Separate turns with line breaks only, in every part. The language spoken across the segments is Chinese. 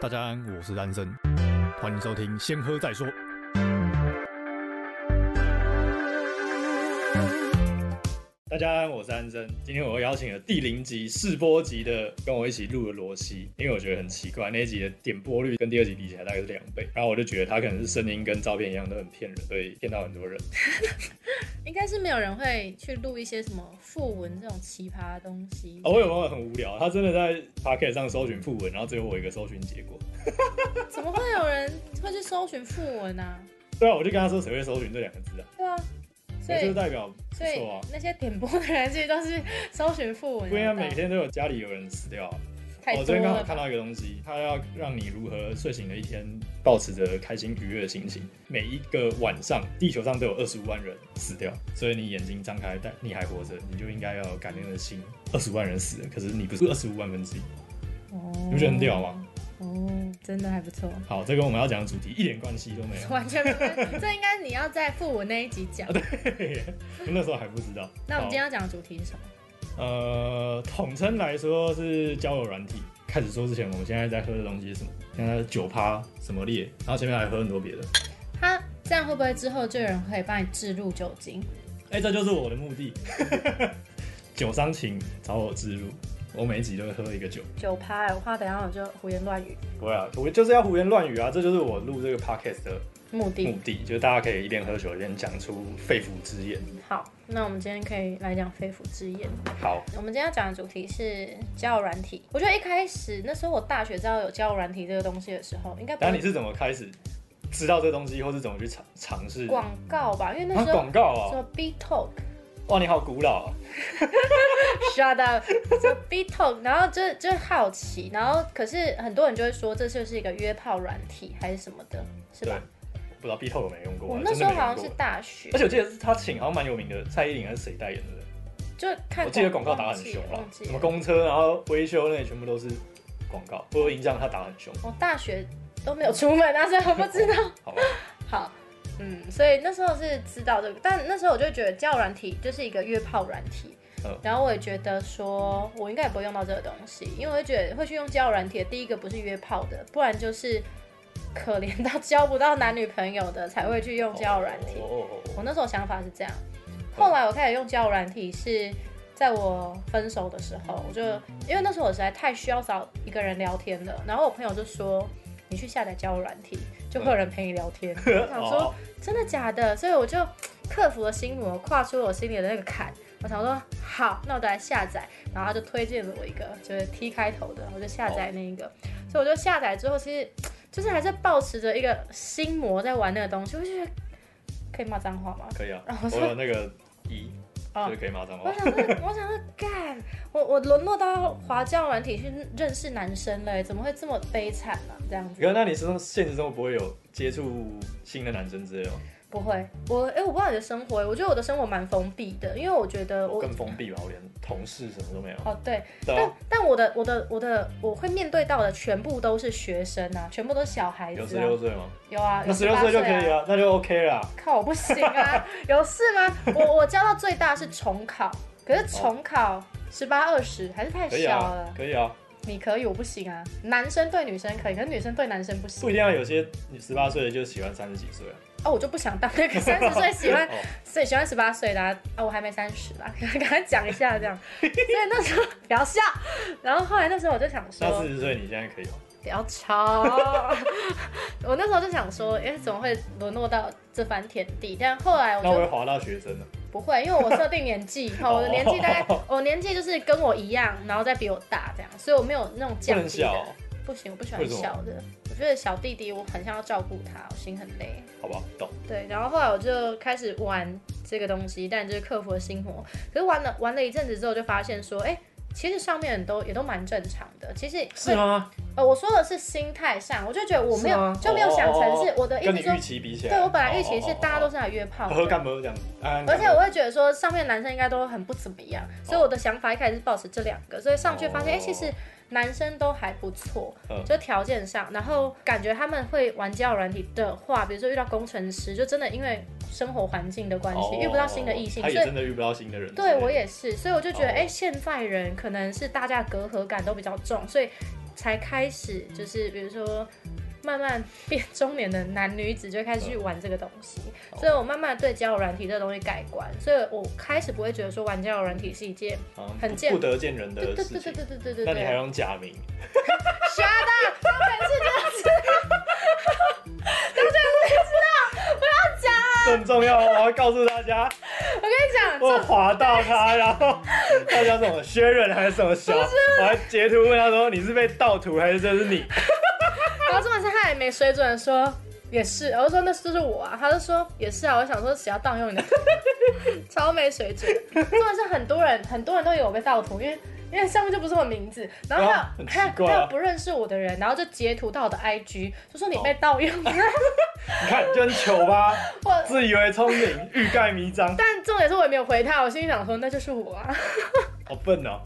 大家安，我是单身，欢迎收听《先喝再说》。大家安，我是安生。今天我邀请了第零集试播集的跟我一起录的罗西，因为我觉得很奇怪，那一集的点播率跟第二集比起来大概是两倍，然后我就觉得他可能是声音跟照片一样都很骗人，所以骗到很多人。
应该是没有人会去录一些什么副文这种奇葩的东西。
哦，我有朋友很无聊，他真的在 p o c a s t 上搜寻副文，然后只有我一个搜寻结果。
怎么会有人会去搜寻副文啊？
对啊，我就跟他说谁会搜寻这两个字啊？
对啊，所
这就
以
代表不
所以
错啊。
那些点播的人其实都是搜寻副文的，啊
不应该每天都有家里有人死掉、啊。
太
我
多
昨天刚好
了
看
吧。
到一个东西，它要让你如何睡醒的一天，保持着开心愉悦的心情。每一个晚上，地球上都有二十五万人死掉，所以你眼睛张开，但你还活着，你就应该要有感恩的心。二十五万人死了，可是你不是二十五万分之一。
哦
你不觉得很屌吗？
哦，真的还不错，
好，这跟我们要讲的主题一点关系都没有。
完全没关系。这应该你要在副文那一集讲。
那时候还不知道。
那我们今天
好
要讲的主题是什么？
呃，统称来说是交友软体。开始说之前，我们现在在喝的东西是什么？现在酒趴什么烈，然后前面还喝很多别的。
他这样会不会之后就有人可以帮你置入酒精？
哎、这就是我的目的。 酒商请找我自入，我每一集都会喝一个酒。
酒趴、我怕等一下我就胡言乱语。
不会啊，我就是要胡言乱语啊，这就是我录这个 podcast 的
目的、
目的，就是大家可以一边喝酒一边讲出肺腑之言。
好，那我们今天可以来讲肺腑之言。
好，
我们今天要讲的主题是交友软体。我觉得一开始那时候我大学知道有交友软体这个东西的时候，应该不
然后
是
你是怎么开始知道这东西，或是怎么去尝尝试？
广告吧，因为那
啊
时候
广告
什
啊！
么 B Talk，Shut
哇，你好古老啊！
up，什么 B Talk，然后就就好奇，然后可是很多人就会说这就是一个约炮软体还是什么的，是吧？
不知道 B 透有没有用过啊？
我那
真
时
的
候
没用
好像是
过
大学
而，且我记得是他请，好像蛮有名的，蔡依林还是谁代言的？对不对
就看
我记得广告打得很
忘记
凶
了
啦
忘，记
什么
了
公车，然后维修那些全部都是广告。我有印象，他打得很凶，
我大学都没有出门啊，所以我不知道。
好吧？
好，嗯，所以那时候是知道这个，但那时候我就觉得交友软体就是一个约炮软
嗯
体。然后我也觉得说，我应该也不会用到这个东西，因为我会觉得会去用交友软体，第一个不是约炮的，不然就是可怜到交不到男女朋友的才会去用交友软体。
哦哦哦哦
我那时候想法是这样，后来我开始用交友软体是在我分手的时候，我就因为那时候我实在太需要找一个人聊天了，然后我朋友就说你去下载交友软体，就会有人陪你聊天。我想说
哦
真的假的，所以我就克服了心魔，跨出了我心里的那个坎。我想说好，那我就来下载，然后他就推荐了我一个就是 T 开头的，我就下载那一个，所以我就下载之后，其实就是还是保持着一个心魔在玩那个东西，我就觉得可以骂脏话吗？
可以啊
然，后
我
说
有那个一，
哦
就是可以骂脏话
我。想说，我想说，干，我我沦落到华教软体去认识男生了耶，怎么会这么悲惨呢、这样子
可是那你是说现实中不会有接触新的男生之类的吗？
不会，我哎、我不知道你的生活耶，我觉得我的生活蛮封闭的，因为我觉得
我
我
更封闭吧，我连同事什么都没有。
哦对，
对
但
啊，
但我的我的我的我会面对到的全部都是学生啊，全部都是小孩
有十
子啊
六，岁吗？
有啊，
那
有
十六
18
岁
岁
就可以
啊。
啊，那就 OK 啦。
靠，我不行啊， 有事吗？我我教到最大是重考，可是重考十八二十还是太
可以
小
啊
了，。
哦可以啊，
你可以，我不行啊。男生对女生可以，可是女生对男生不行
不。一定要啊有些你十八岁的就喜欢三十几岁啊。
哦，我就不想当 那个三十岁喜欢
哦，
所以喜欢十八岁的啊，啊我还没三十啦， 赶快讲一下这样。所以那时候不要笑，然后后来那时候我就想
那
说
四，十岁你现在可以哦吗？
不要吵。 我那时候就想说，哎、怎么会沦落到这番田地？但后来我
那我会
就
滑到学生了。
不会，因为我设定年 纪，哈，我的年纪大概
哦，
我年纪就是跟我一样，然后再比我大这样，所以我没有那种
不
降
能
低的。
笑哦、
不行，我不喜
为
欢
什么
小的。我觉得小弟弟，我很想要照顾他，我心很累。
好吧，懂。
对，然后后来我就开始玩这个东西，但就是克服了心魔。可是玩了玩了一阵子之后，就发现说，哎、其实上面很多也都蛮正常的。其实
是吗？
呃，我说的是心态上，我就觉得我没
是
有
吗
就没有想成是
哦
我的意
跟
思
你
说
预，期比起来，
对我本来预期
哦
是
哦哦
大家都是来约炮的。
喝干杯这样，啊安安
而
干
且
杯
我会觉得说，上面男生应该都很不怎么样，所以我的想法一开始是保持这两个，所以上去发现，
哦
哎、其实男生都还不错
嗯，
就条件上，然后感觉他们会玩交友软体的话，比如说遇到工程师，就真的因为生活环境的关系，
哦
遇不到新的异性，
他
所
也
以
真的遇不到新的人。
对我
也
也是，所以我就觉得，
哦
哎、现在人可能是大家隔阂感都比较重，所以。才开始，就是比如说慢慢变中年的男女子就开始去玩这个东西，
哦
所以我慢慢对交友软体这个东西改观，所以我开始不会觉得说玩交友软体是一件
好像
很
不
贱
不得见人
对
的
对
事
对对
情。
对对对对
那你还
对，
用假 名？
瞎的，他每次
这很重 要哦，我要告诉大家，
我跟你讲，
我
这
有划到他，然后他叫什么薛仁还是什么 小，我还截图问他说你是被盗图还是这是你？
然后重点是他也没水准地说也是，我就说那就是我啊，他就说也是啊，我想说谁要盗用你的图， 超没水准。重点是很多人很多人都以为我被盗图，因为。因为上面就不是我名字，然后
啊
还有、
很
还有
奇怪啊
还有不认识我的人，然后就截图到我的 IG，就说
哦
你被盗用了。
你看就很糗吧，
我
自以为聪明，欲盖弥彰，
但重点是我也没有回他，我心里想说那就是我啊，
好笨哦。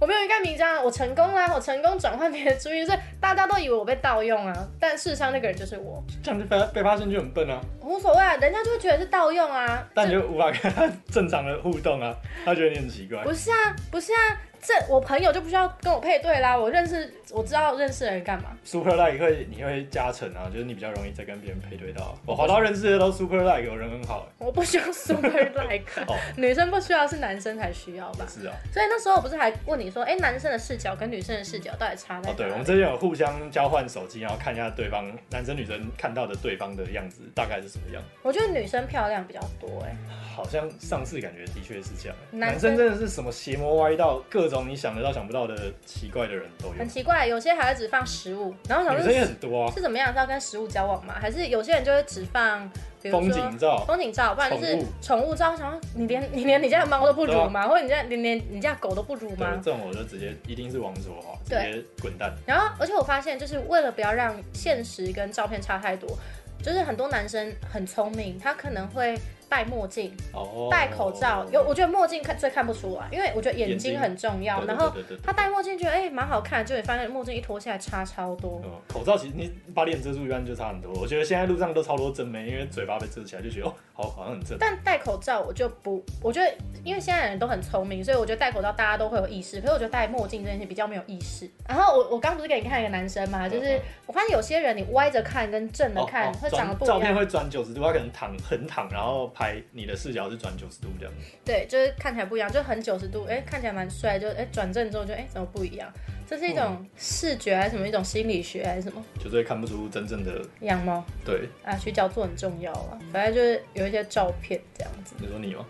我没有一盖名啊章，我成功啦、我成功转换别人的注意，所以大家都以为我被盗用啊，但事实上那个人就是我，
这样就被被发现就很笨啊，
无所谓啊，人家就会觉得是盗用啊。
但你
这
就无法跟他正常的互动 啊，他觉得你很奇怪。
不是啊，不是啊，这我朋友就不需要跟我配对啦，我认识我知道认识的人干嘛？
Super Like 会你会加成啊，就是你比较容易再跟别人配对到啊。我好到认识的都 Super Like，有人很 好
我不需要 super like，
哦
女生不需要，是男生才需要吧
欸，？是啊。
所以那时候我不是还问你说，哎、男生的视角跟女生的视角到底差
哦，
在哪里？
对，我们之前有互相交换手机，然后看一下对方男生女生看到的对方的样子大概是什么样，
我觉得女生漂亮比较多哎、
好像上次感觉的确是这样。男
男生
生真的是什么邪魔歪道，各种你想得到想不到的奇怪的人都有
很，奇怪，有些还会只放食物，然后我
女
想
生也
说
很多啊，
是怎么样？是要跟食物交往吗？还是有些人就会只放，比如
风
说
景照。
风景照，不然就是宠物照。想说你连你连你家的猫都不如
啊
吗？或者你家连连你家的狗都不如
对，
吗
这？种我就直接一定是往左滑，直
对
接滚蛋。
然后，而且我发现，就是为了不要让现实跟照片差太多，就是很多男生很聪明，他可能会戴墨镜、
哦，
戴口罩。有，我觉得墨镜看最看不出来，因为我觉得眼
眼
睛
睛
很重要。
对
然后
对对对对
他戴墨镜觉得哎蛮、好看，结果你发现墨镜一脱下来差超多。
嗯口罩其实你把脸遮住一般就差很多。我觉得现在路上都超多正妹，因为嘴巴被遮起来就觉得哦，好好像很正。
但戴口罩我就不，我觉得因为现在人都很聪明，所以我觉得戴口罩大家都会有意识。可是我觉得戴墨镜这件事比较没有意识。然后我我刚不是给你看一个男生嘛，就
嗯
是
嗯
我发现有些人你歪着看跟正着看、
哦哦
会长得不
转照
一
片
样，
会转九十度，他可能躺横躺，然后拍你的视角是转九十度这样。
对，就是看起来不一样，就很九十度，哎、看起来蛮帅，就哎转、正之后就哎、怎么不一样？这是一种视觉还是什么一种心理学还是什么
就是会看不出真正的
养猫
对。
啊？学角做很重要啊，反正就是有一些照片这样子，
你说你吗？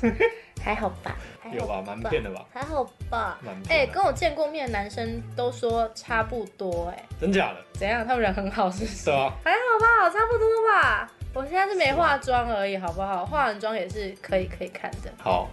还哎好吧？
有啊吧，蛮骗的吧，
还好吧？
蛮
哎、
骗的。
跟我见过面的男生都说差不多、哎，
真假的？
怎样？他们人很好是不是？
对啊，
还好吧，差不多吧。我现在是没化妆而已，好不好？化完妆也是可以可以看的，
好，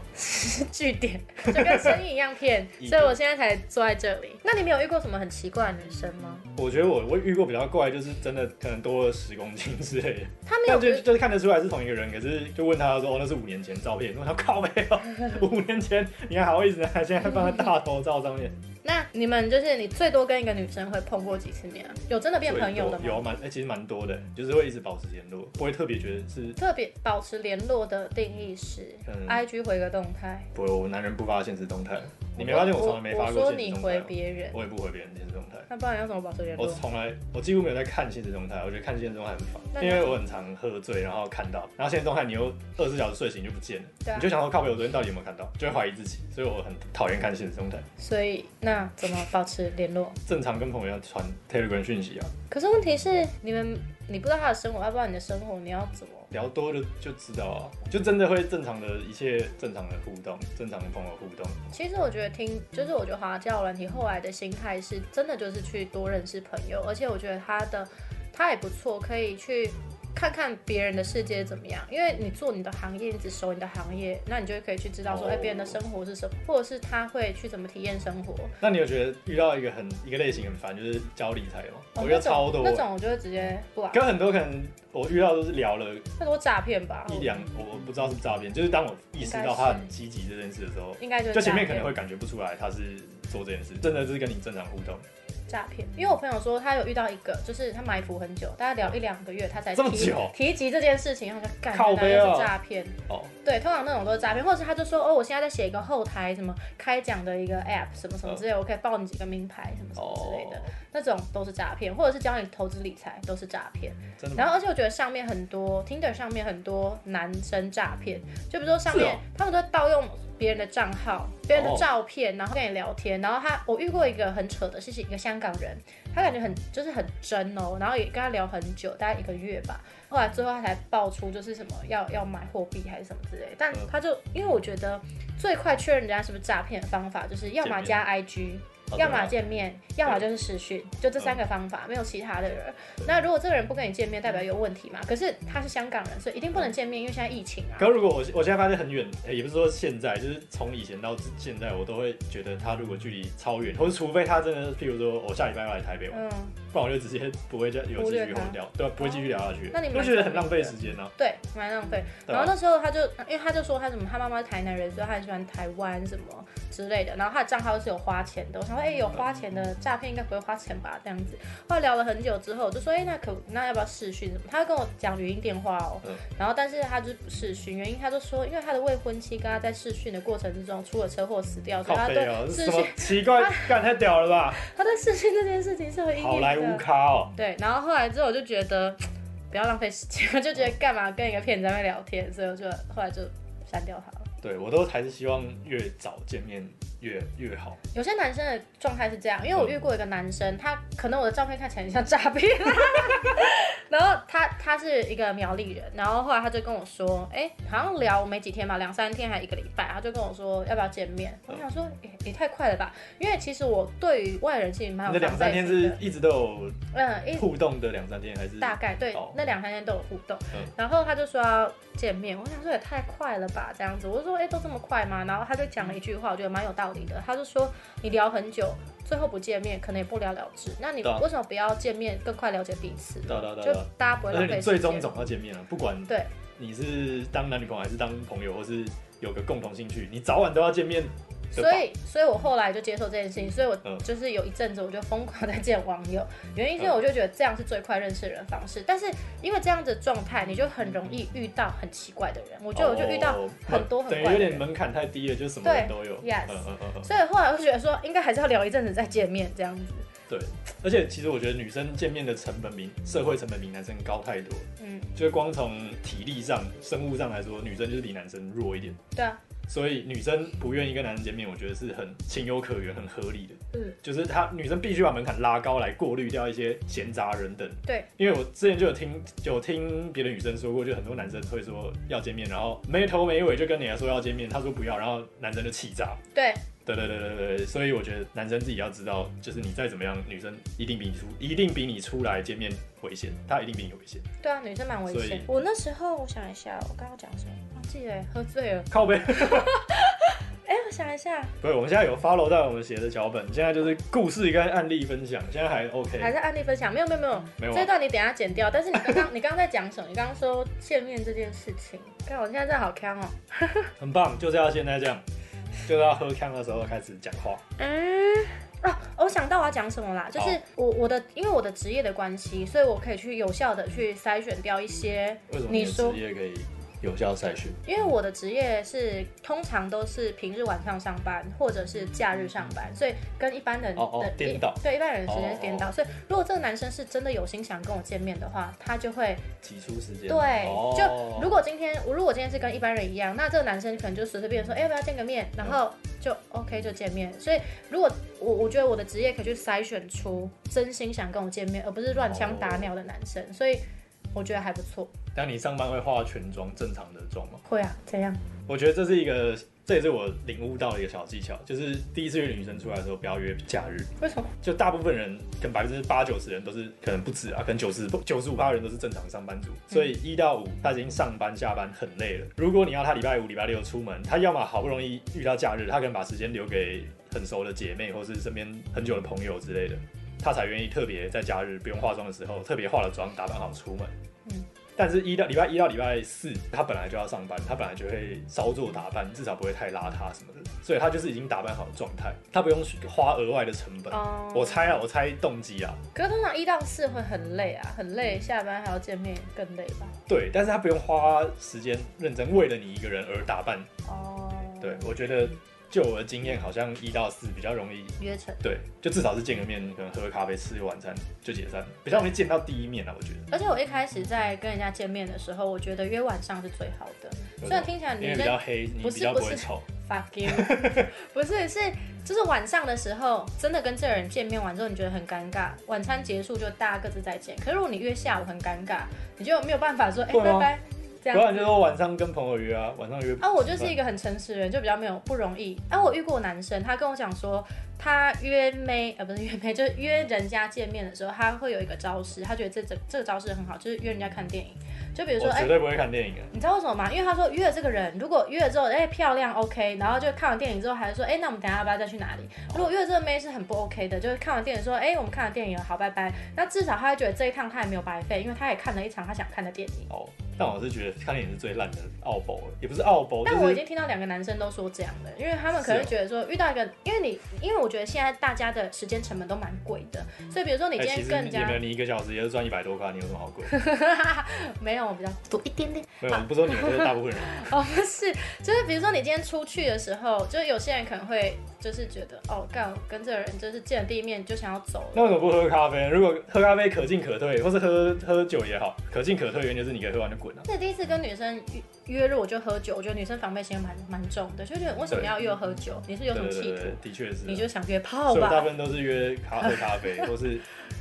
据点 就跟声音一样骗，
一点
所以我现在才坐在这里。那你没有遇过什么很奇怪的女生吗？
我觉得我我遇过比较怪，就是真的可能多了十公斤之类的，
她没有
但就
遇，
就是看得出来是同一个人，可是就问他说哦那是五年前照片，我想靠背哦，五年前你还好意思拿现在放在大头照上面，
那你们就是你最多跟一个女生会碰过几次面啊？有真的变朋友的
所以有
吗？
有蛮哎、其实蛮多的，就是会一直保持联络，不会特别觉得是
特别保持联络的定义是、
嗯
i g 回个动态。
不我男人不发现实动态，你没发现我从来没发过
我说
现
你
实动
回
态吗，哦
别人，
我也不回别人现实动态。
那不然要怎么保持联
我
络？
从来，我几乎没有在看现实动态，我觉得看现实动态很
那
烦，
你
因为我很常喝醉，然后看到，然后现实动态你又二十四小时睡醒就不见了，
对啊
你就想说靠北，我昨天到底有没有看到，就会怀疑自己，所以我很讨厌看现实动态。
所以那怎么保持联络？
正常跟朋友要传 Telegram 讯息啊，
可是问题是，你们你不知道他的生活，啊他不知道你的生活，你要怎么？
聊多就就知道啊，就真的会正常的一切正常的互动，正常的朋友互动，
其实我觉得听，就是我觉得华教软体后来的心态是真的就是去多认识朋友，而且我觉得他的他也不错，可以去看看别人的世界怎么样。因为你做你的行业，你只熟你的行业，那你就可以去知道说，
哦
哎、别人的生活是什么，或者是他会去怎么体验生活。
那你有觉得遇到一个很一个类型很烦，就是教理财吗？我
哦
觉
那
得
种
超多
那，种我就会直接不玩，
跟很多可能我遇到都是聊了
太多诈骗吧，
一
啊我
两，我我不知道是不是诈骗，就是当我意识到他很积极这件事的时候，
应该就是
就前面
诈
可
骗
能会感觉不出来他是做这件事，真的就是跟你正常互动，
诈骗，因为我朋友说他有遇到一个，就是他埋伏很久，大概聊一两个月，他才
这么
提
久
提及这件事情，然后就感
靠
觉
背啊
是诈骗。
哦，
对，通常那种都是诈骗，或者是他就说哦，我现在在写一个后台什么开奖的一个 app 什么什么之类的，我可以报你几个名牌什么什么之类的，
哦
那种都是诈骗，或者是教你投资理财都是诈骗。
真的
然
吗？哦
后而且我觉得上面很多 Tinder 上面很多男生诈骗，就比如说上面、
是哦
他们都盗用别人的账号、别人的
哦
照片，然后跟你聊天。然后他我遇过一个很扯的，是一个香港人，他感觉很就是很真哦，然后也跟他聊很久，大概一个月吧。后来最后他才爆出就是什么要要买货币还是什么之类的，但
嗯
他就因为我觉得最快确认人家是不是诈骗的方法，就是要
见
么
面
加 IG，
哦
要么
对啊嗯
见面，要么就是视讯，就这三个方法，没有其他的人。那如果这个人不跟你见面，代表有问题嘛？可是他是香港人，所以一定不
嗯
能见面，因为现在疫情啊
可。如果我我现在发现很远，诶也不是说现在，就是从以前到现在，我都会觉得他如果距离超远，或者除非他真的是，譬如说我下礼拜要来台北玩，
嗯，
不然我就直接不会再有
忽
继
略
续
他
聊，对啊，不会继续聊下去，
那你们
就觉得很浪费时间啊。
对，蛮浪费。
对啊
然后那时候他就，因为他就说他什么，他妈妈是台南人，所以他很喜欢台湾什么之类的。然后他的账号是有花钱的，我想说，哎、有花钱的诈骗应该不会花钱吧？这样子。后来聊了很久之后，我就说，哎、那可那要不要视讯什么？他跟我讲语音电话哦、
嗯
然后但是他就是不视讯，原因他就说，因为他的未婚妻跟他在视讯的过程之中出了车祸死掉，
靠
所以他
背哦、
对
这是
视
什么
讯，
奇怪？
啊
干太屌了吧！
他对视讯这件事情是有阴
好
影
莱坞
的。
咖哦、
对，然后后来之后我就觉得不要浪费时间，我 就觉得干嘛跟一个骗子在那边聊天，所以我就后来就删掉他了。
对我都还是希望越早见面越越好。
有些男生的状态是这样，因
嗯
为我遇过一个男生，他可能我的照片看起来很像诈骗， 然后他他是一个苗栗人，然后后来他就跟我说，哎、好像聊没几天吧，两三天还一个礼拜，他就跟我说要不要见面，我想说、诶也太快了吧，因为其实我对于外人其实蛮
你的
有
两
防备
三天
心
是
的，
一直都有
嗯，一
互动的两三天，还是
大概对、
哦
那两三天都有互动，
嗯
然后他就说要见面，我想说也太快了吧，这样子，我就说哎、诶都这么快吗？然后他就讲了一句话，我觉得蛮有道理的，他就说你聊很久，最后不见面，可能也不了了之，那你
对啊
为什么不要见面，更快了解彼此？
对啊对啊对啊
就
对啊
大家不会浪
而且
费
你最
时间
终总要见面了、不管
对
你是当男女朋友还是当朋友，或是有个共同兴趣，你早晚都要见面的吧。
所以，所以我后来就接受这件事情，所以我
嗯
就是有一阵子我就疯狂在见网友，原因是因为我就觉得这样是最快认识人的方式。但是因为这样子的状态，你就很容易遇到很奇怪的人。我
我
觉得我就遇到很多很
哦等于
怪
有
的
点
人，
门槛太低了，就什么人
对
都有。
，yes
嗯嗯嗯嗯。
所以后来我就觉得说，应该还是要聊一阵子再见面这样子。
而且其实我觉得女生见面的成本比社会成本比男生高太多了，
嗯，
就是光从体力上、生物上来说，女生就是比男生弱一点。
对啊，
所以女生不愿意跟男生见面，我觉得是很情有可原、很合理的。
嗯，
就是她女生必须把门槛拉高来过滤掉一些闲杂人等。
对，
因为我之前就有听有听别的女生说过，就很多男生会说要见面，然后没头没尾就跟你来说要见面，她说不要，然后男生就气炸。
对，
对对对对对，所以我觉得男生自己要知道，就是你再怎么样，女生一定比你出，一定比你出来见面危险，她一定比你危险。
对啊，女生蛮危
所
险
以。
我那时候我想一下，我刚刚讲什么忘记了，喝醉了。
靠背，
哎，我想一下，
不是，我们现在有 follow 在我们写的脚本，现在就是故事跟案例分享，现在还 OK，
还是案例分享？没有没有没有，
没有
这
啊
一？段你等一下剪掉。但是你刚刚你刚刚在讲什么？你刚刚说见面这件事情，看我现在真的好坑哦。
很棒，就是要现在这样，就是要喝康的时候开始讲话。
嗯，啊，我想到我要讲什么啦，就是
好
我我的因为我的职业的关系，所以我可以去有效的去筛选掉一些，
为什么
你
你的
说
职业可以有效筛选？
因为我的职业是通常都是平日晚上上班或者是假日上班，所以跟一般人的
哦哦颠倒
对一般人的时间是
哦哦
颠倒，所以如果这个男生是真的有心想跟我见面的话，他就会
挤出时间？
对，
哦
就如果今天我如果今天是跟一般人一样，那这个男生可能就随随便便说，哎、要不要见个面，然后
嗯
就 OK 就见面。所以如果我我觉得我的职业可以去筛选出真心想跟我见面，而不是乱枪
哦
打鸟的男生，所以我觉得还不错。
当你上班会化全妆，正常的妆吗？
会啊，怎样？
我觉得这是一个，这也是我领悟到的一个小技巧，就是第一次约女生出来的时候，不要约假日。
为什么？
就大部分人，可能百分之八九十人都是可能不止啊，可能九十九十五趴人都是正常上班族，所以一到五他已经上班下班很累了。如果你要他礼拜五、礼拜六出门，他要么好不容易遇到假日，他可能把时间留给很熟的姐妹或是身边很久的朋友之类的，他才愿意特别在假日不用化妆的时候，特别化了妆打扮好出门。
嗯
嗯，但是一到礼拜一到礼拜四，他本来就要上班，他本来就会稍作打扮，至少不会太邋遢什么的，所以他就是已经打扮好的状态，他不用去花额外的成本。
哦
我猜啊，我猜动机啊，
可是通常一到四会很累啊，很累，下班还要见面，更累吧？
对，但是他不用花时间认真为了你一个人而打扮。
哦，
对，，我觉得就我的经验，好像一到四比较容易
约成。
对，就至少是见个面，可能喝个咖啡、吃个晚餐就解散，比较容易见到第一面啊，我觉得。
而且我一开始在跟人家见面的时候，我觉得约晚上是最好的。
有
虽然听起来
因
你
为比
跟
较黑，你
不
比
是
较
不
不会
是
丑。
fuck you，不 是是就是晚上的时候，真的跟这个人见面完之后，你觉得很尴尬。晚餐结束就大家各自再见。可是如果你约下午很尴尬，你就没有办法说哎、
会
拜
吗
拜这
不然
样
就
子。
说晚上跟朋友约啊，晚上约。
啊，我就是一个很诚实的人，就比较没有不容易。啊，我遇过男生，他跟我讲说，他约妹呃不是约妹， 就是约人家见面的时候，他会有一个招式，他觉得这这这个招式很好，就是约人家看电影。就比如说
我
哎、
绝对不会看电影的。啊
你知道为什么吗？因为他说约了这个人，如果约了之后，哎、漂亮 OK，然后就看完电影之后还说，哎、那我们等一下要不要再去哪里？如果约了这个妹是很不 OK 的，就是看完电影说，哎、我们看完电影了，好拜拜。那至少他会觉得这一趟他也没有白费，因为他也看了一场他想看的电影。
哦，但我是觉得看电影是最烂的傲博了，也不是傲博，
但我已
就是哦
经听到两个男生都说这样的，因为他们可能觉得说遇到一个，因为你，因为我觉得现在大家的时间成本都蛮贵的，所以比如说你
哎
今
其
天
实
跟人
你也
家
没有，你一个小时也是赚一百多块，你有什么好贵？
没有我比较多一点点。
没有，不是说你们，就是大部分人。
哦，不是，就是比如说你今天出去的时候，就是有些人可能会就是觉得，哦，干，我跟这个人就是见了第一面就想要走了。
那为什么不喝咖啡呢？如果喝咖啡可进可退，或是喝喝酒也好，可进可退，原因就是你可以喝完就滚了。啊
那第一次跟女生约约入我就喝酒，我觉得女生防备心蛮蛮重的，就觉得为什么要约喝酒？你是有
对
什
对
么企
对，
图
对？的确是啊。
你就想约炮
所以我大部
吧？
分都是约咖喝咖啡，或是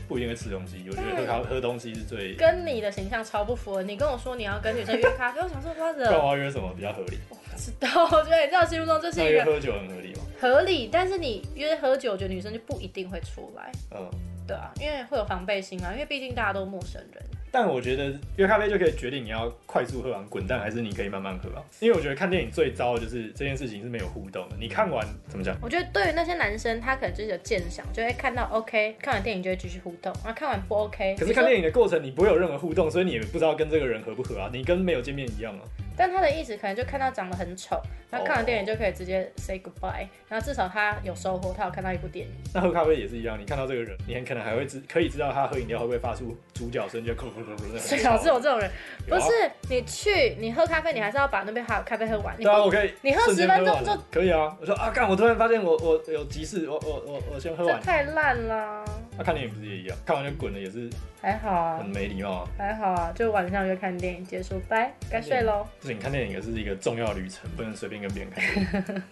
不一定会吃东西。我觉得喝咖喝东西是最。
嗯 跟你的形象超不符合。你跟我说你要跟女生约咖啡，我 想说花
不然
子，
我要约什么比较合理？
不知道，我觉得你在我心目中就是
那
一
约
个
喝酒很合理吗？
合理，但是你约喝酒，我觉得女生就不一定会出来，
嗯，
对啊，因为会有防备心啊，因为毕竟大家都陌生人。
但我觉得约咖啡就可以决定你要快速喝完滚蛋，还是你可以慢慢喝啊。因为我觉得看电影最糟的就是这件事情是没有互动的。你看完怎么讲？
我觉得对于那些男生，他可能就是有鉴赏，就会看到 OK，看完电影就会继续互动，然后看完不 OK，
可是看电影的过程你不会有任何互动，所以你也不知道跟这个人合不合啊。你跟没有见面一样啊。
但他的意思可能就看到长得很丑，然后
哦
看完电影就可以直接 say goodbye，然后至少他有收获，他有看到一部电影。
那喝咖啡也是一样，你看到这个人，你很可能还会知可以知道他喝饮料会不会发出主角 声，就扣扣扣扣。
最好是 有这种人，
有
不
啊
是你去你喝咖啡，你还是要把那杯好咖啡喝完。你
对啊，
不
我可以
你喝
瞬间
10分钟
完了可以啊。我说啊，干！我突然发现我我有急事，我我我我先喝
这
完。
太烂啦，
那、看电影不是也一样？看完就滚了，也是
还好啊
很，没礼貌啊。
还好啊，就晚上约看电影结束，拜，该睡喽。
就是你看电影也是一个重要旅程，不能随便跟别人看电影。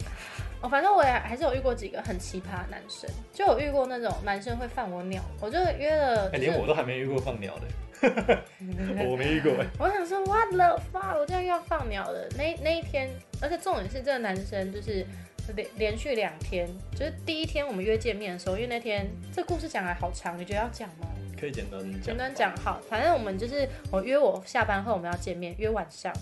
哦，反正我也还是有遇过几个很奇葩的男生，就有遇过那种男生会放我鸟，我就约了、
哎、
就是
连我都还没遇过放鸟的， 我没遇过、哎
我想说 what the fuck，我竟然遇到放鸟了。那那一天，而且重点是这个男生就是连连续两天，就是第一天我们约见面的时候，因为那天这故事讲来好长，你觉得要讲吗？
可以简单讲。
简单讲。好，反正我们就是我约我下班后我们要见面，约晚上。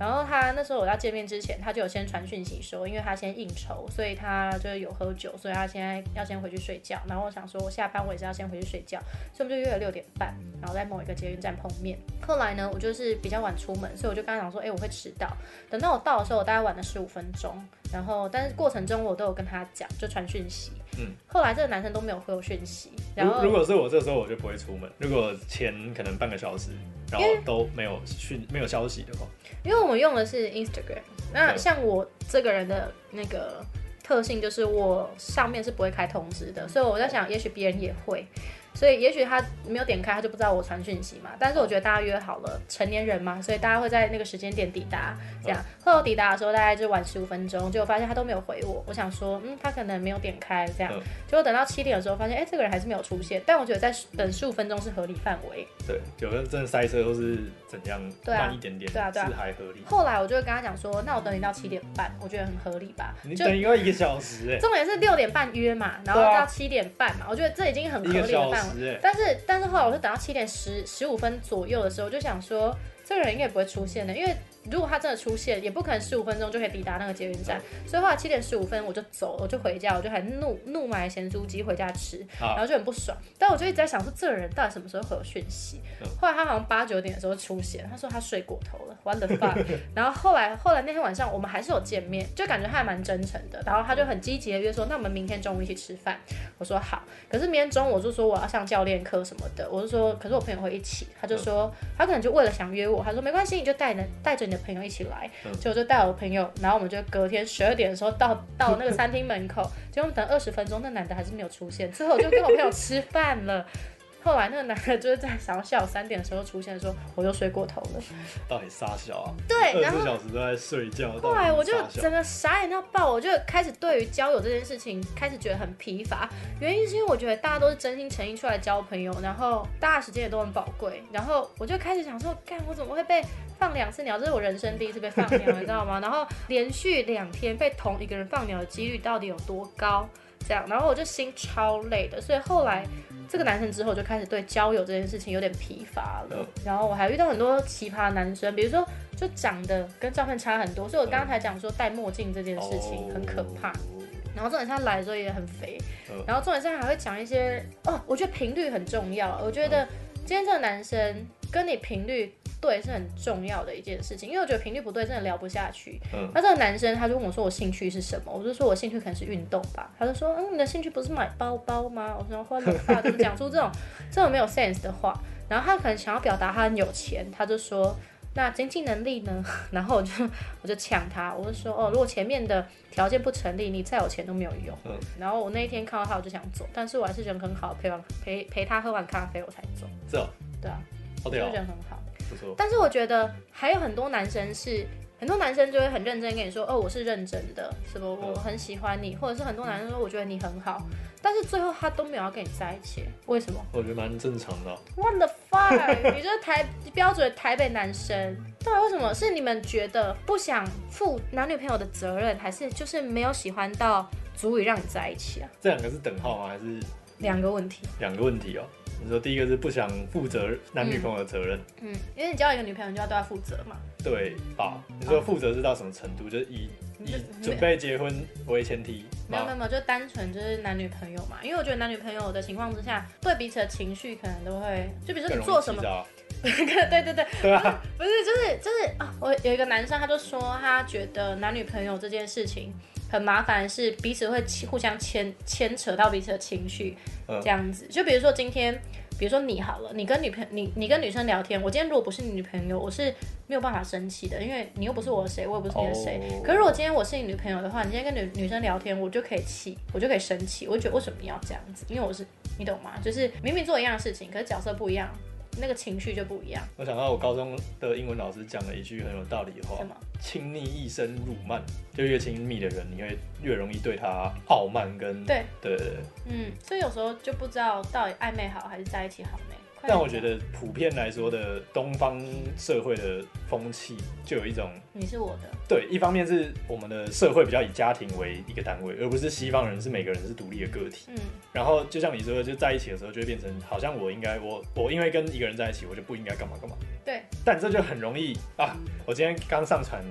然后他那时候我要见面之前，他就有先传讯息说，因为他先应酬，所以他就是有喝酒，所以他现在要先回去睡觉。然后我想说，我下班我也是要先回去睡觉，所以我们就约了六点半，然后在某一个捷运站碰面。后来呢，我就是比较晚出门，所以我就跟他讲说，哎、我会迟到。等到我到的时候，我大概晚了十五分钟。然后，但是过程中我都有跟他讲，就传讯息。
嗯。
后来这个男生都没有回我讯息，然后
如如果是我这时候，我就不会出门。如果前可能半个小时，然后都没有讯没有消息的话，
因为我们用的是 Instagram，那
对
像我这个人的那个特性就是我上面是不会开通知的，所以我在想，也许别人也会，所以也许他没有点开，他就不知道我传讯息嘛。但是我觉得大家约好了，成年人嘛，所以大家会在那个时间点抵达，
嗯
这样。后来抵达的时候大概就晚十五分钟，结果发现他都没有回我，我想说，嗯，他可能没有点开这样
嗯。
结果等到七点的时候发现，哎、这个人还是没有出现，但我觉得在等十五分钟是合理范围。
对，有的真的塞车或是怎样，
对啊
慢一点点，
对啊对啊
是还合理。
后来我就跟他讲说，那我等你到七点半，我觉得很合理吧。
你
就
等一个一个小时、哎，
重点是六点半约嘛，然后
对啊
到七点半嘛，我觉得这已经很合
一个
理的
小
范围。
时、哎。
但是但是后来我就等到七点十十五分左右的时候，我就想说这个人应该也不会出现的，因为如果它真的出现，也不可能十五分钟就可以抵达那个捷运站。所以后来七点十五分我就走了，我就回家，我就还怒怒买咸酥鸡回家吃，
好
然后就很不爽。但我就一直在想说，这个人到底什么时候回我讯息？
嗯
后来他好像八九点的时候出现，他说他睡过头了，what the fuck？然后后来后来那天晚上我们还是有见面，就感觉他还蛮真诚的。然后他就很积极的约说，那我们明天中午一起吃饭。我说好，可是明天中午我就说我要上教练课什么的，我就说，可是我朋友会一起，他就说、他可能就为了想约我，他说没关系，你就带你的带着你的朋友一起来，
嗯
结果就带我朋友，然后我们就隔天十二点的时候到到那个餐厅门口，结果我们等二十分钟，那男的还是没有出现，之后我就跟我朋友吃饭了。后来那个男的就是在想要下午三点的时候出现，说我又睡过头了。
到底傻小啊？
对，
二
然
十
后
四小时都在睡觉。
后来我就
到底是傻小
整个傻眼到爆，我就开始对于交友这件事情开始觉得很疲乏。原因是因为我觉得大家都是真心诚意出来交朋友，然后大家时间也都很宝贵，然后我就开始想说，干我怎么会被放两次鸟？这是我人生第一次被放鸟，你知道吗？然后连续两天被同一个人放鸟的几率到底有多高？这样，然后我就心超累的，所以后来这个男生之后就开始对交友这件事情有点疲乏了
嗯。
然后我还遇到很多奇葩的男生，比如说就长得跟照片差很多，所以我刚才讲说戴墨镜这件事情很可怕。
哦
然后重点是他来的时候也很肥
嗯，
然后重点是他还会讲一些哦，我觉得频率很重要。我觉
嗯
得今天这个男生跟你频率对是很重要的一件事情，因为我觉得频率不对真的聊不下去。
嗯，
那这个男生他就问我说我兴趣是什么，我就说我兴趣可能是运动吧，他就说嗯你的兴趣不是买包包吗？我说花了发怎么讲出这 种这种没有 sense 的话？然后他可能想要表达他很有钱，他就说那经济能力呢？ 然后我就我就抢他，我就说哦如果前面的条件不成立，你再有钱都没有用。
嗯
然后我那一天看到他我就想走，但是我还是人很好，陪完陪陪他喝完咖啡我才走，
这样
对啊，
好
就
屌哦，
人很好。
不错。
但是我觉得还有很多男生是，很多男生就会很认真跟你说，哦，我是认真的，什么
嗯
我很喜欢你，或者是很多男生说我觉得你很好，但是最后他都没有要跟你在一起，为什么
我觉得蛮正常的啊，
？What the fuck？你就是 台标准的台北男生，到底为什么？是你们觉得不想负男女朋友的责任，还是就是没有喜欢到足以让你在一起啊？
这两个是等号吗？还是
两个问题，
两个问题哦？你说第一个是不想负责男女朋友的责任，
嗯，因为你交一个女朋友，你就要对她负责嘛。
对吧？你说负责是到什么程度？就是以以
嗯
准备结婚为前提
没有没
吗
有？没有，就单纯就是男女朋友嘛。因为我觉得男女朋友的情况之下，对彼此的情绪可能都会，就比如说
更
你
容
做
易
什
气
么，
炸，
对对对，
对啊，
不是就是就是啊，我有一个男生他就说他觉得男女朋友这件事情很麻烦，是彼此会牵互相牵牵扯到彼此的情绪
嗯
这样子。就比如说今天。比如说你好了，你跟女朋你你跟女生聊天，我今天如果不是你女朋友，我是没有办法生气的，因为你又不是我的谁，我也不是你的谁。
哦
可是如果今天我是你女朋友的话，你今天跟女女生聊天，我就可以气，我就可以生气，我就觉得为什么要这样子？因为我是你懂吗？就是明明做一样的事情，可是角色不一样，那个情绪就不一样，
我想到我高中的英文老师讲了一句很有道理的话
是：吗？
亲昵易生辱慢，就越亲密的人，你会越容易对他傲慢跟
对，
对对。对
嗯，所以有时候就不知道到底暧昧好还是在一起好呢。快
但
点
我觉得普遍来说的东方社会的风气，就有一种
你是我的，
对，一方面是我们的社会比较以家庭为一个单位，而不是西方人是每个人是独立的个体。
嗯，
然后就像你说的，就在一起的时候就会变成好像我应该我我因为跟一个人在一起，我就不应该干嘛干嘛。
对，
但这就很容易啊！我今天刚上传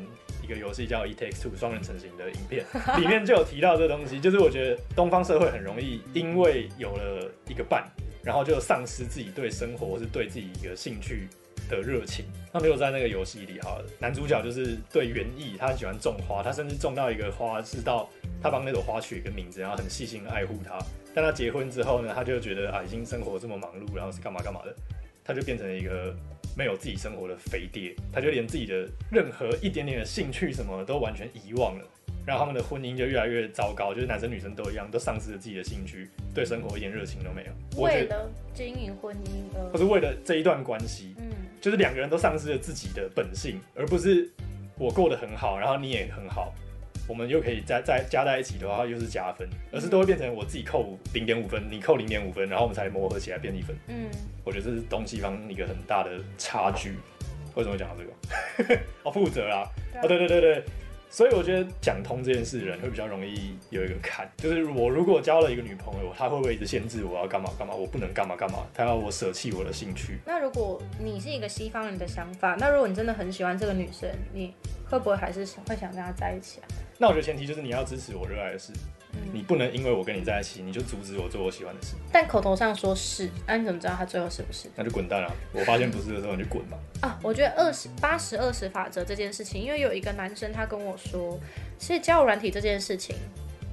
一个游戏叫《It Takes Two》双人成型的影片，里面就有提到这东西，就是我觉得东方社会很容易因为有了一个伴，然后就丧失自己对生活或是对自己一个兴趣。的热情，那比如在那个游戏里好了，男主角就是对园艺，他很喜欢种花，他甚至种到一个花是到他帮那朵花取一个名字，然后很细心的爱护它。但他结婚之后呢，他就觉得啊，已经生活这么忙碌，然后是干嘛干嘛的，他就变成了一个没有自己生活的肥爹，他就连自己的任何一点点的兴趣什么的都完全遗忘了。然后他们的婚姻就越来越糟糕，就是男生女生都一样，都丧失了自己的兴趣，对生活一点热情都没有。我觉
为
得，
了经营婚姻
或
而，
是为了这一段关系，
嗯，
就是两个人都丧失了自己的本性，而不是我过得很好，然后你也很好，我们又可以加再加在一起的话，又是加分，而是都会变成我自己扣零点五分，你扣零点五分，然后我们才磨合起来变一分。
嗯，
我觉得这是东西方一个很大的差距。为什么会讲到这个？哦，负责啦！
对啊
哦，对对对对，所以我觉得讲通这件事，人会比较容易有一个坎，就是我如果交了一个女朋友，她会不会一直限制我要干嘛干嘛，我不能干嘛干嘛，她要我舍弃我的兴趣，
那如果你是一个西方人的想法，那如果你真的很喜欢这个女生，你会不会还是想会想跟她在一起啊？
那我觉得前提就是你要支持我热爱的事，
嗯
你不能因为我跟你在一起，你就阻止我做我喜欢的事，
但口头上说是，那、你怎么知道她最后是不是？
那就滚蛋啊！我发现不是的时候你就滚嘛。
啊，我觉得二十八十二十法则这件事情，因为有一个男生他跟我说，其实交友软体这件事情，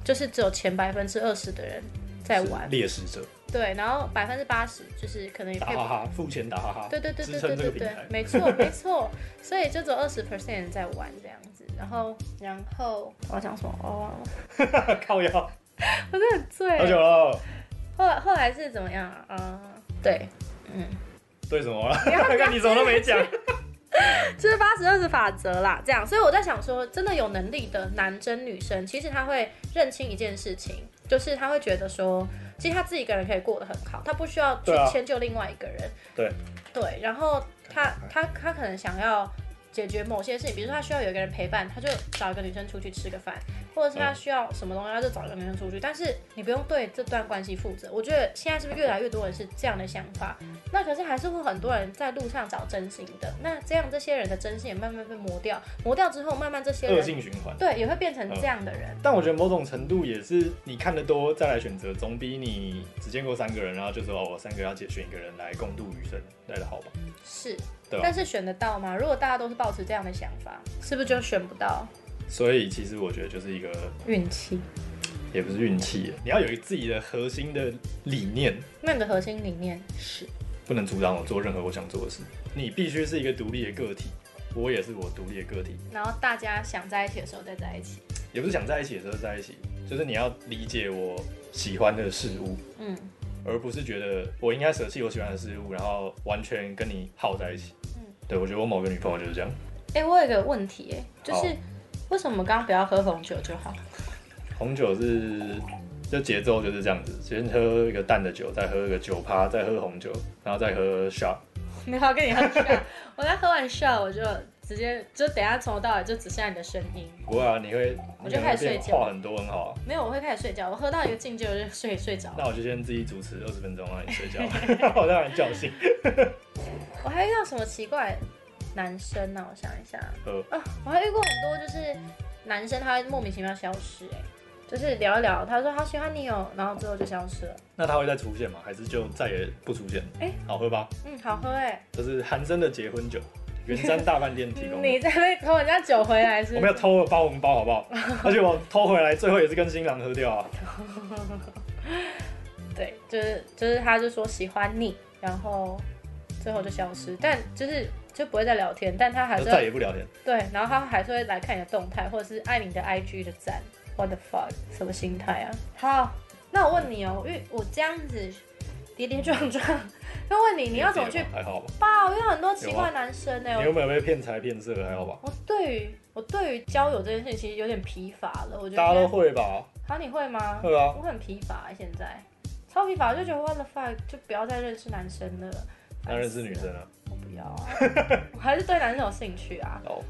就是只有前百分之二十的人在
是
玩，
猎食者，
对，然后百分之八十就是可能也
打
可以
哈哈，付钱打哈哈，
对对对
支
对
撑
对
这个平
对对
台，。
没 错没错，所以就只有二十 percent 人在玩这样子，然后然后我要讲什么？我忘了，
靠腰，
我真的很
好久
醉。
了，
后来后来是怎么样啊？呃对，
对什么了？
不要不要
看你什么都没 讲。
就是八十二十法则啦，这样。所以我在想说，真的有能力的男生女生，其实他会认清一件事情，就是他会觉得说，其实他自己一个人可以过得很好，他不需要去
对啊
迁就另外一个人。
对嗯
对，然后他他他可能想要。解决某些事情，比如说他需要有一个人陪伴，他就找一个女生出去吃个饭，或者
嗯
是他需要什么东西，他就找一个女生出去。但是你不用对这段关系负责。我觉得现在是不是越来越多人是这样的想法？那可是还是会很多人在路上找真心的，那这样这些人的真心也慢慢被磨掉，磨掉之后，慢慢这些
恶
人
性循嗯环。
对也会变成这样的人。
但我觉得某种程度也是你看得多再来选择，总比你只见过三个人，然后就说哦，我三个要解选一个人来共度余生来的好吧？
是，
对啊
但是选得到吗？如果大家都是抱持这样的想法，是不是就选不到
所以其实我觉得就是一个
运气？
也不是运气，你要有自己的核心的理念，
那你的核心理念是
不能阻挡我做任何我想做的事。你必须是一个独立的个体，我也是我独立的个体，
然后大家想在一起的时候再在一起。
也不是想在一起的时候在一起，就是你要理解我喜欢的事物，
嗯
而不是觉得我应该舍弃我喜欢的事物，然后完全跟你耗在一起。
嗯
对我觉得我某个女朋友就是这样。
哎、我有一个问题、哎，就
好
是为什么我们刚刚不要喝红酒就好？
红酒是就节奏就是这样子，先喝一个淡的酒，再喝一个酒趴，再喝红酒，然后再喝 shot。
没有跟你喝 shot，我在喝完 shot 我就直接就等一下从头到尾就只剩下你的声音。
不会啊，你会
我
你
就
可能
开
会
始睡
变
觉
话很多，很好啊。
没有，我会开始睡觉。我喝到一个境界，我就睡睡着了。
那我就先自己主持二十分钟让你睡觉， 我再把你叫醒。
我还遇到什么奇怪的男生呢、我想一下
呃，
啊，我还遇过很多，就是男生他会莫名其妙消失、哎，就是聊一聊，他说他喜欢你哦，然后之后就消失了。
那他会再出现吗？还是就再也不出现？
哎
好喝吧，
嗯，好喝哎、
这是韩生的结婚酒，圆山大饭店提供
你
的。
在被偷人家酒回来是
我
不
没
是
有偷了包红包，好不好？而且我偷回来，最后也是跟新郎喝掉啊。
对，就是就是，他就说喜欢你，然后最后就消失，但就是就不会再聊天，但他还
就是再
会
也不聊天。
对，然后他还是会来看你的动态，或者是爱你的 IG 的赞。What the fuck？什么心态啊？好，那我问你哦，因为我这样子跌跌撞撞，那问你你要怎么去
还好吧？
报？因为很多奇怪的男生呢、
你有
我
没有被骗财骗色？还好吧？
我对于我对于交友这件事情其实有点疲乏了，我觉得
大家都。会吧？
好，你会吗？
会啊。
我很疲乏、欸现在超疲乏，我就觉得 what the fuck，就不要再认识男生了。
那认识女生啊？
我不 要啊，我还是对男生有兴趣啊。
哦，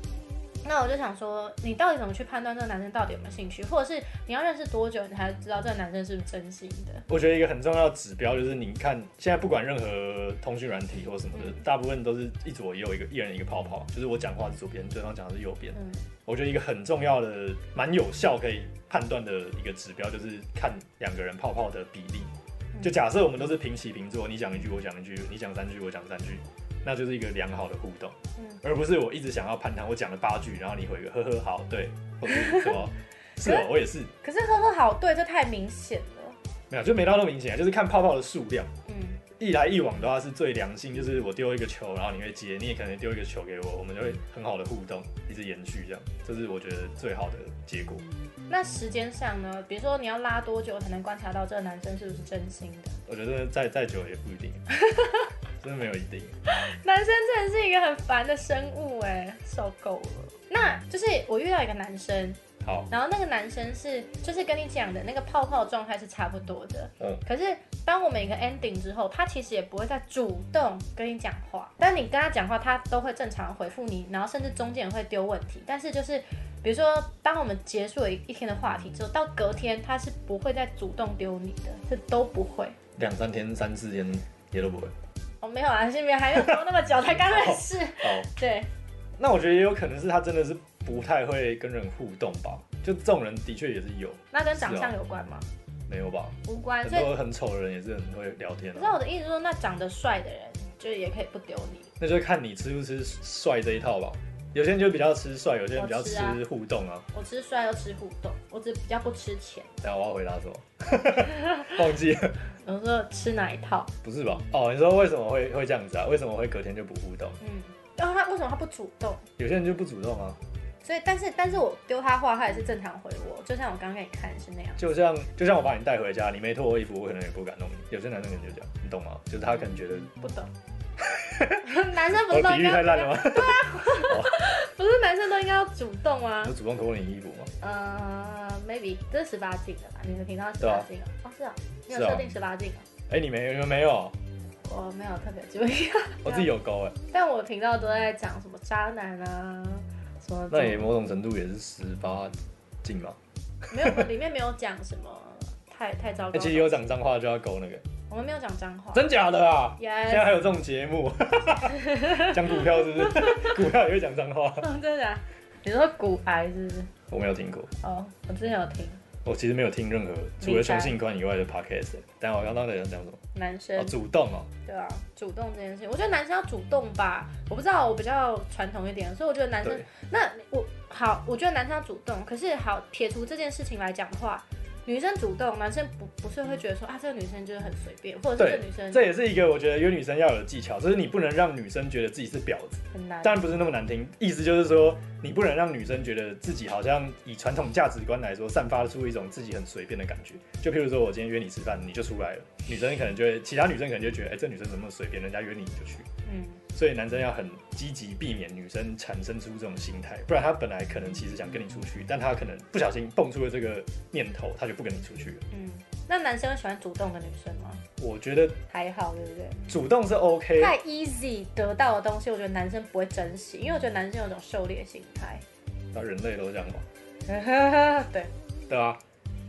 那我就想说，你到底怎么去判断这个男生到底有没有兴趣，或者是你要认识多久，你才知道这个男生是不是真心的？
我觉得一个很重要的指标就是，你看现在不管任何通讯软体或什么
嗯
的，大部分都是一左一右一个，一人一个泡泡，就是我讲话是左边，对方讲的是右边。
嗯，
我觉得一个很重要的、蛮有效可以判断的一个指标，就是看两个人泡泡的比例。就假设我们都是平起平坐，你讲一句我讲一句，你讲三句我讲三句，那就是一个良好的互动，
嗯
而不是我一直想要攀谈，我讲了八句，然后你回一个呵呵好，对，或者是什么，是哦，我也是，
可是呵呵好，对，这太明显了。
没有，就没到那么明显啊，就是看泡泡的数量。
嗯，
一来一往的话是最良性，就是我丢一个球，然后你会接，你也可能丢一个球给我，我们就会很好的互动，一直延续这样，这是我觉得最好的结果。
那时间上呢？比如说你要拉多久才能观察到这个男生是不是真心的？
我觉得再再久也不一 定，真的没有一定。
男生真的是一个很烦的生物哎，受够了。那就是我遇到一个男生，
好，
然后那个男生是就是跟你讲的那个泡泡状态是差不多的，
呃
嗯，
可是当我们一个 ending 之后，他其实也不会再主动跟你讲话，但你跟他讲话，他都会正常回复你，然后甚至中间也会丢问题，但是就是比如说，当我们结束了一一天的话题之后，到隔天他是不会再主动丢你的，是都不会。
两三天、三四天也都不会。
我、没有啊，新边还没有拖那么久，才刚认识。
哦，
对，
那我觉得也有可能是他真的是不太会跟人互动吧，就这种人的确也是有，
那跟长相有关吗？
没有吧？
无关。
很
啊所以，
多很丑的人也是很会聊天、
可是
啊，
我的意思是说，那长得帅的人就也可以不丢你。
那就看你吃不吃帅这一套吧。有些人就比较吃帅，有些人比较
我吃啊
吃互动啊。
我吃帅又吃互动，我只是比较不吃钱。啊
等一下我要回答什 么？忘记了，
我说吃哪一套？
不是吧？哦，你说为什么会会这样子啊？为什么会隔天就不互动？
嗯，然后他为什么他不主动？
有些人就不主动啊，
所以，但是但是我丢他话，他也是正常回我，就像我刚刚给你看是那样。
就像就像我把你带回家，你没脱我衣服，我可能也不敢弄你。有些男生可能就这样，你懂吗？就是他可能觉得
不懂， 男生不
我
是
的
都
哦比
应
喻太
该
烂了 吗？
不是男生都应该要主动吗
我？主动脱你衣服吗？
呃，maybe 这是十八禁的啦，你的频道
嗯
十
对
八
啊
禁啊？哦，是啊，你有
是啊
设定十八禁啊？
哎、你没有你们没有？
我没有特别注意，啊
我自己有勾哎、
但我频道都在讲什么渣男啊，什么
那也某种程度也是十八禁嘛。
没有，里面没有讲什么太太糟
哎、
糕的。
其实有讲脏话就要勾那个，
我们没有讲脏话。
真假的啊？现在
Yes，
还有这种节目，讲股票是不是？股票也会讲脏话？
真的啊、你说骨癌是不是？
我没有听过，
哦，我之前有听
我其实没有听任何除了雄性观以外的 podcast、欸。但我刚刚在讲讲什么？
男生
哦，主动哦，
对啊，主动这件事情，我觉得男生要主动吧。我不知道，我比较传统一点，所以我觉得男生
对，
那我好，我觉得男生要主动。可是好，撇除这件事情来讲的话，女生主动，男生不不是会觉得说啊，这个女生就是很随便，或者是
对
这个女生
这也是一个我觉得约女生要有的技巧，就是你不能让女生觉得自己是婊子。
很难。
当然不是那么难听，意思就是说，你不能让女生觉得自己好像以传统价值观来说，散发出一种自己很随便的感觉。就譬如说，我今天约你吃饭，你就出来了，女生可能就会，其他女生可能就觉得，哎、这女生怎么那么随便，人家约你你就去。
嗯，
所以男生要很积极避免女生产生出这种心态，不然她本来可能其实想跟你出去，但她可能不小心蹦出了这个念头，她就不跟你出去了。
嗯，那男生喜欢主动的女生吗？
我觉得
还好，对不对？
主动是 OK，
太 easy 得到的东西，我觉得男生不会珍惜，因为我觉得男生有种狩猎心态。
那人类都这样嘛。
对，
对啊，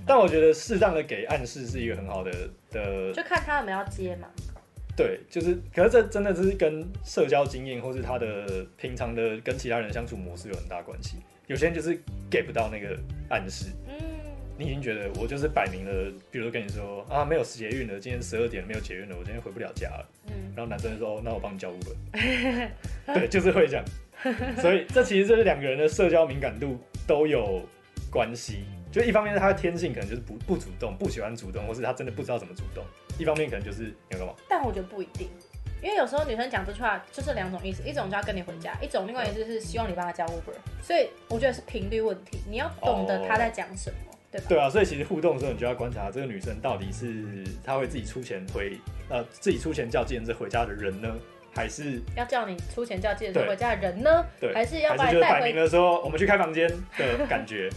但我觉得适当的给暗示是一个很好的的
就看他有没有要接嘛。
对，就是，可是这真的是跟社交经验或是他的平常的跟其他人的相处模式有很大关系。有些人就是 get 不到那个暗示，
嗯，
你已经觉得我就是摆明了，比如说跟你说啊，没有捷运了，今天十二点没有捷运了，我今天回不了家了。
嗯，
然后男生就说，哦，那我帮你叫 Uber。对，就是会这样。所以这其实就是两个人的社交敏感度都有关系。就一方面是他的天性可能就是不不主动，不喜欢主动，或是他真的不知道怎么主动；一方面可能就是你要干嘛？
但我觉得不一定，因为有时候女生讲这句话就是两种意思，一种就要跟你回家，一种另外一思是希望你帮她加 Uber，所以我觉得是频率问题，你要懂得她在讲什么，对吧？
对啊，所以其实互动的时候，你就要观察这个女生到底是她会自己出钱回呃自己出钱叫计程车回家的人呢，还是
要叫你出钱叫计程车
对
回家的人呢，
对，
还是要把
还是
你
就是
带
摆明
回，
了说我们去开房间的感 觉，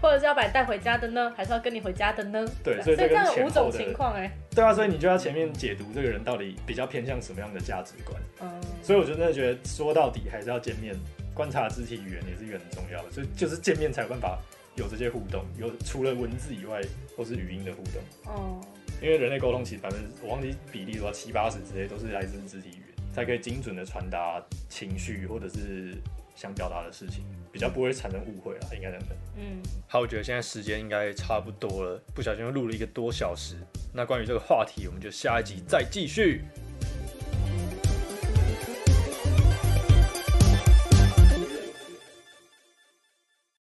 或者是要把你带回家的呢，还是要跟你回家的呢？
对，
所
所以
以这
这
样
跟
有
前
五
后
种
的
情况哎、
对啊，所以你就要前面解读这个人到底比较偏向什么样的价值观。
嗯，
所以我就真的觉得说到底还是要见面，观察肢体语言也是一个很重要的，所以就是见面才有办法有这些互动，有除了文字以外或是语音的互动，
哦，
因为人类沟通其实百分之我忘记比例多少七八十之类都是来自呃肢体语言，才可以精准的传达情绪或者是想呃表达的事情，比较不会产生误会啊啦，应该这样讲。
嗯，
好，我觉得现在时间应该差不多了，不小心又录了一个多小时。那关于这个话题，我们就下一集再继续，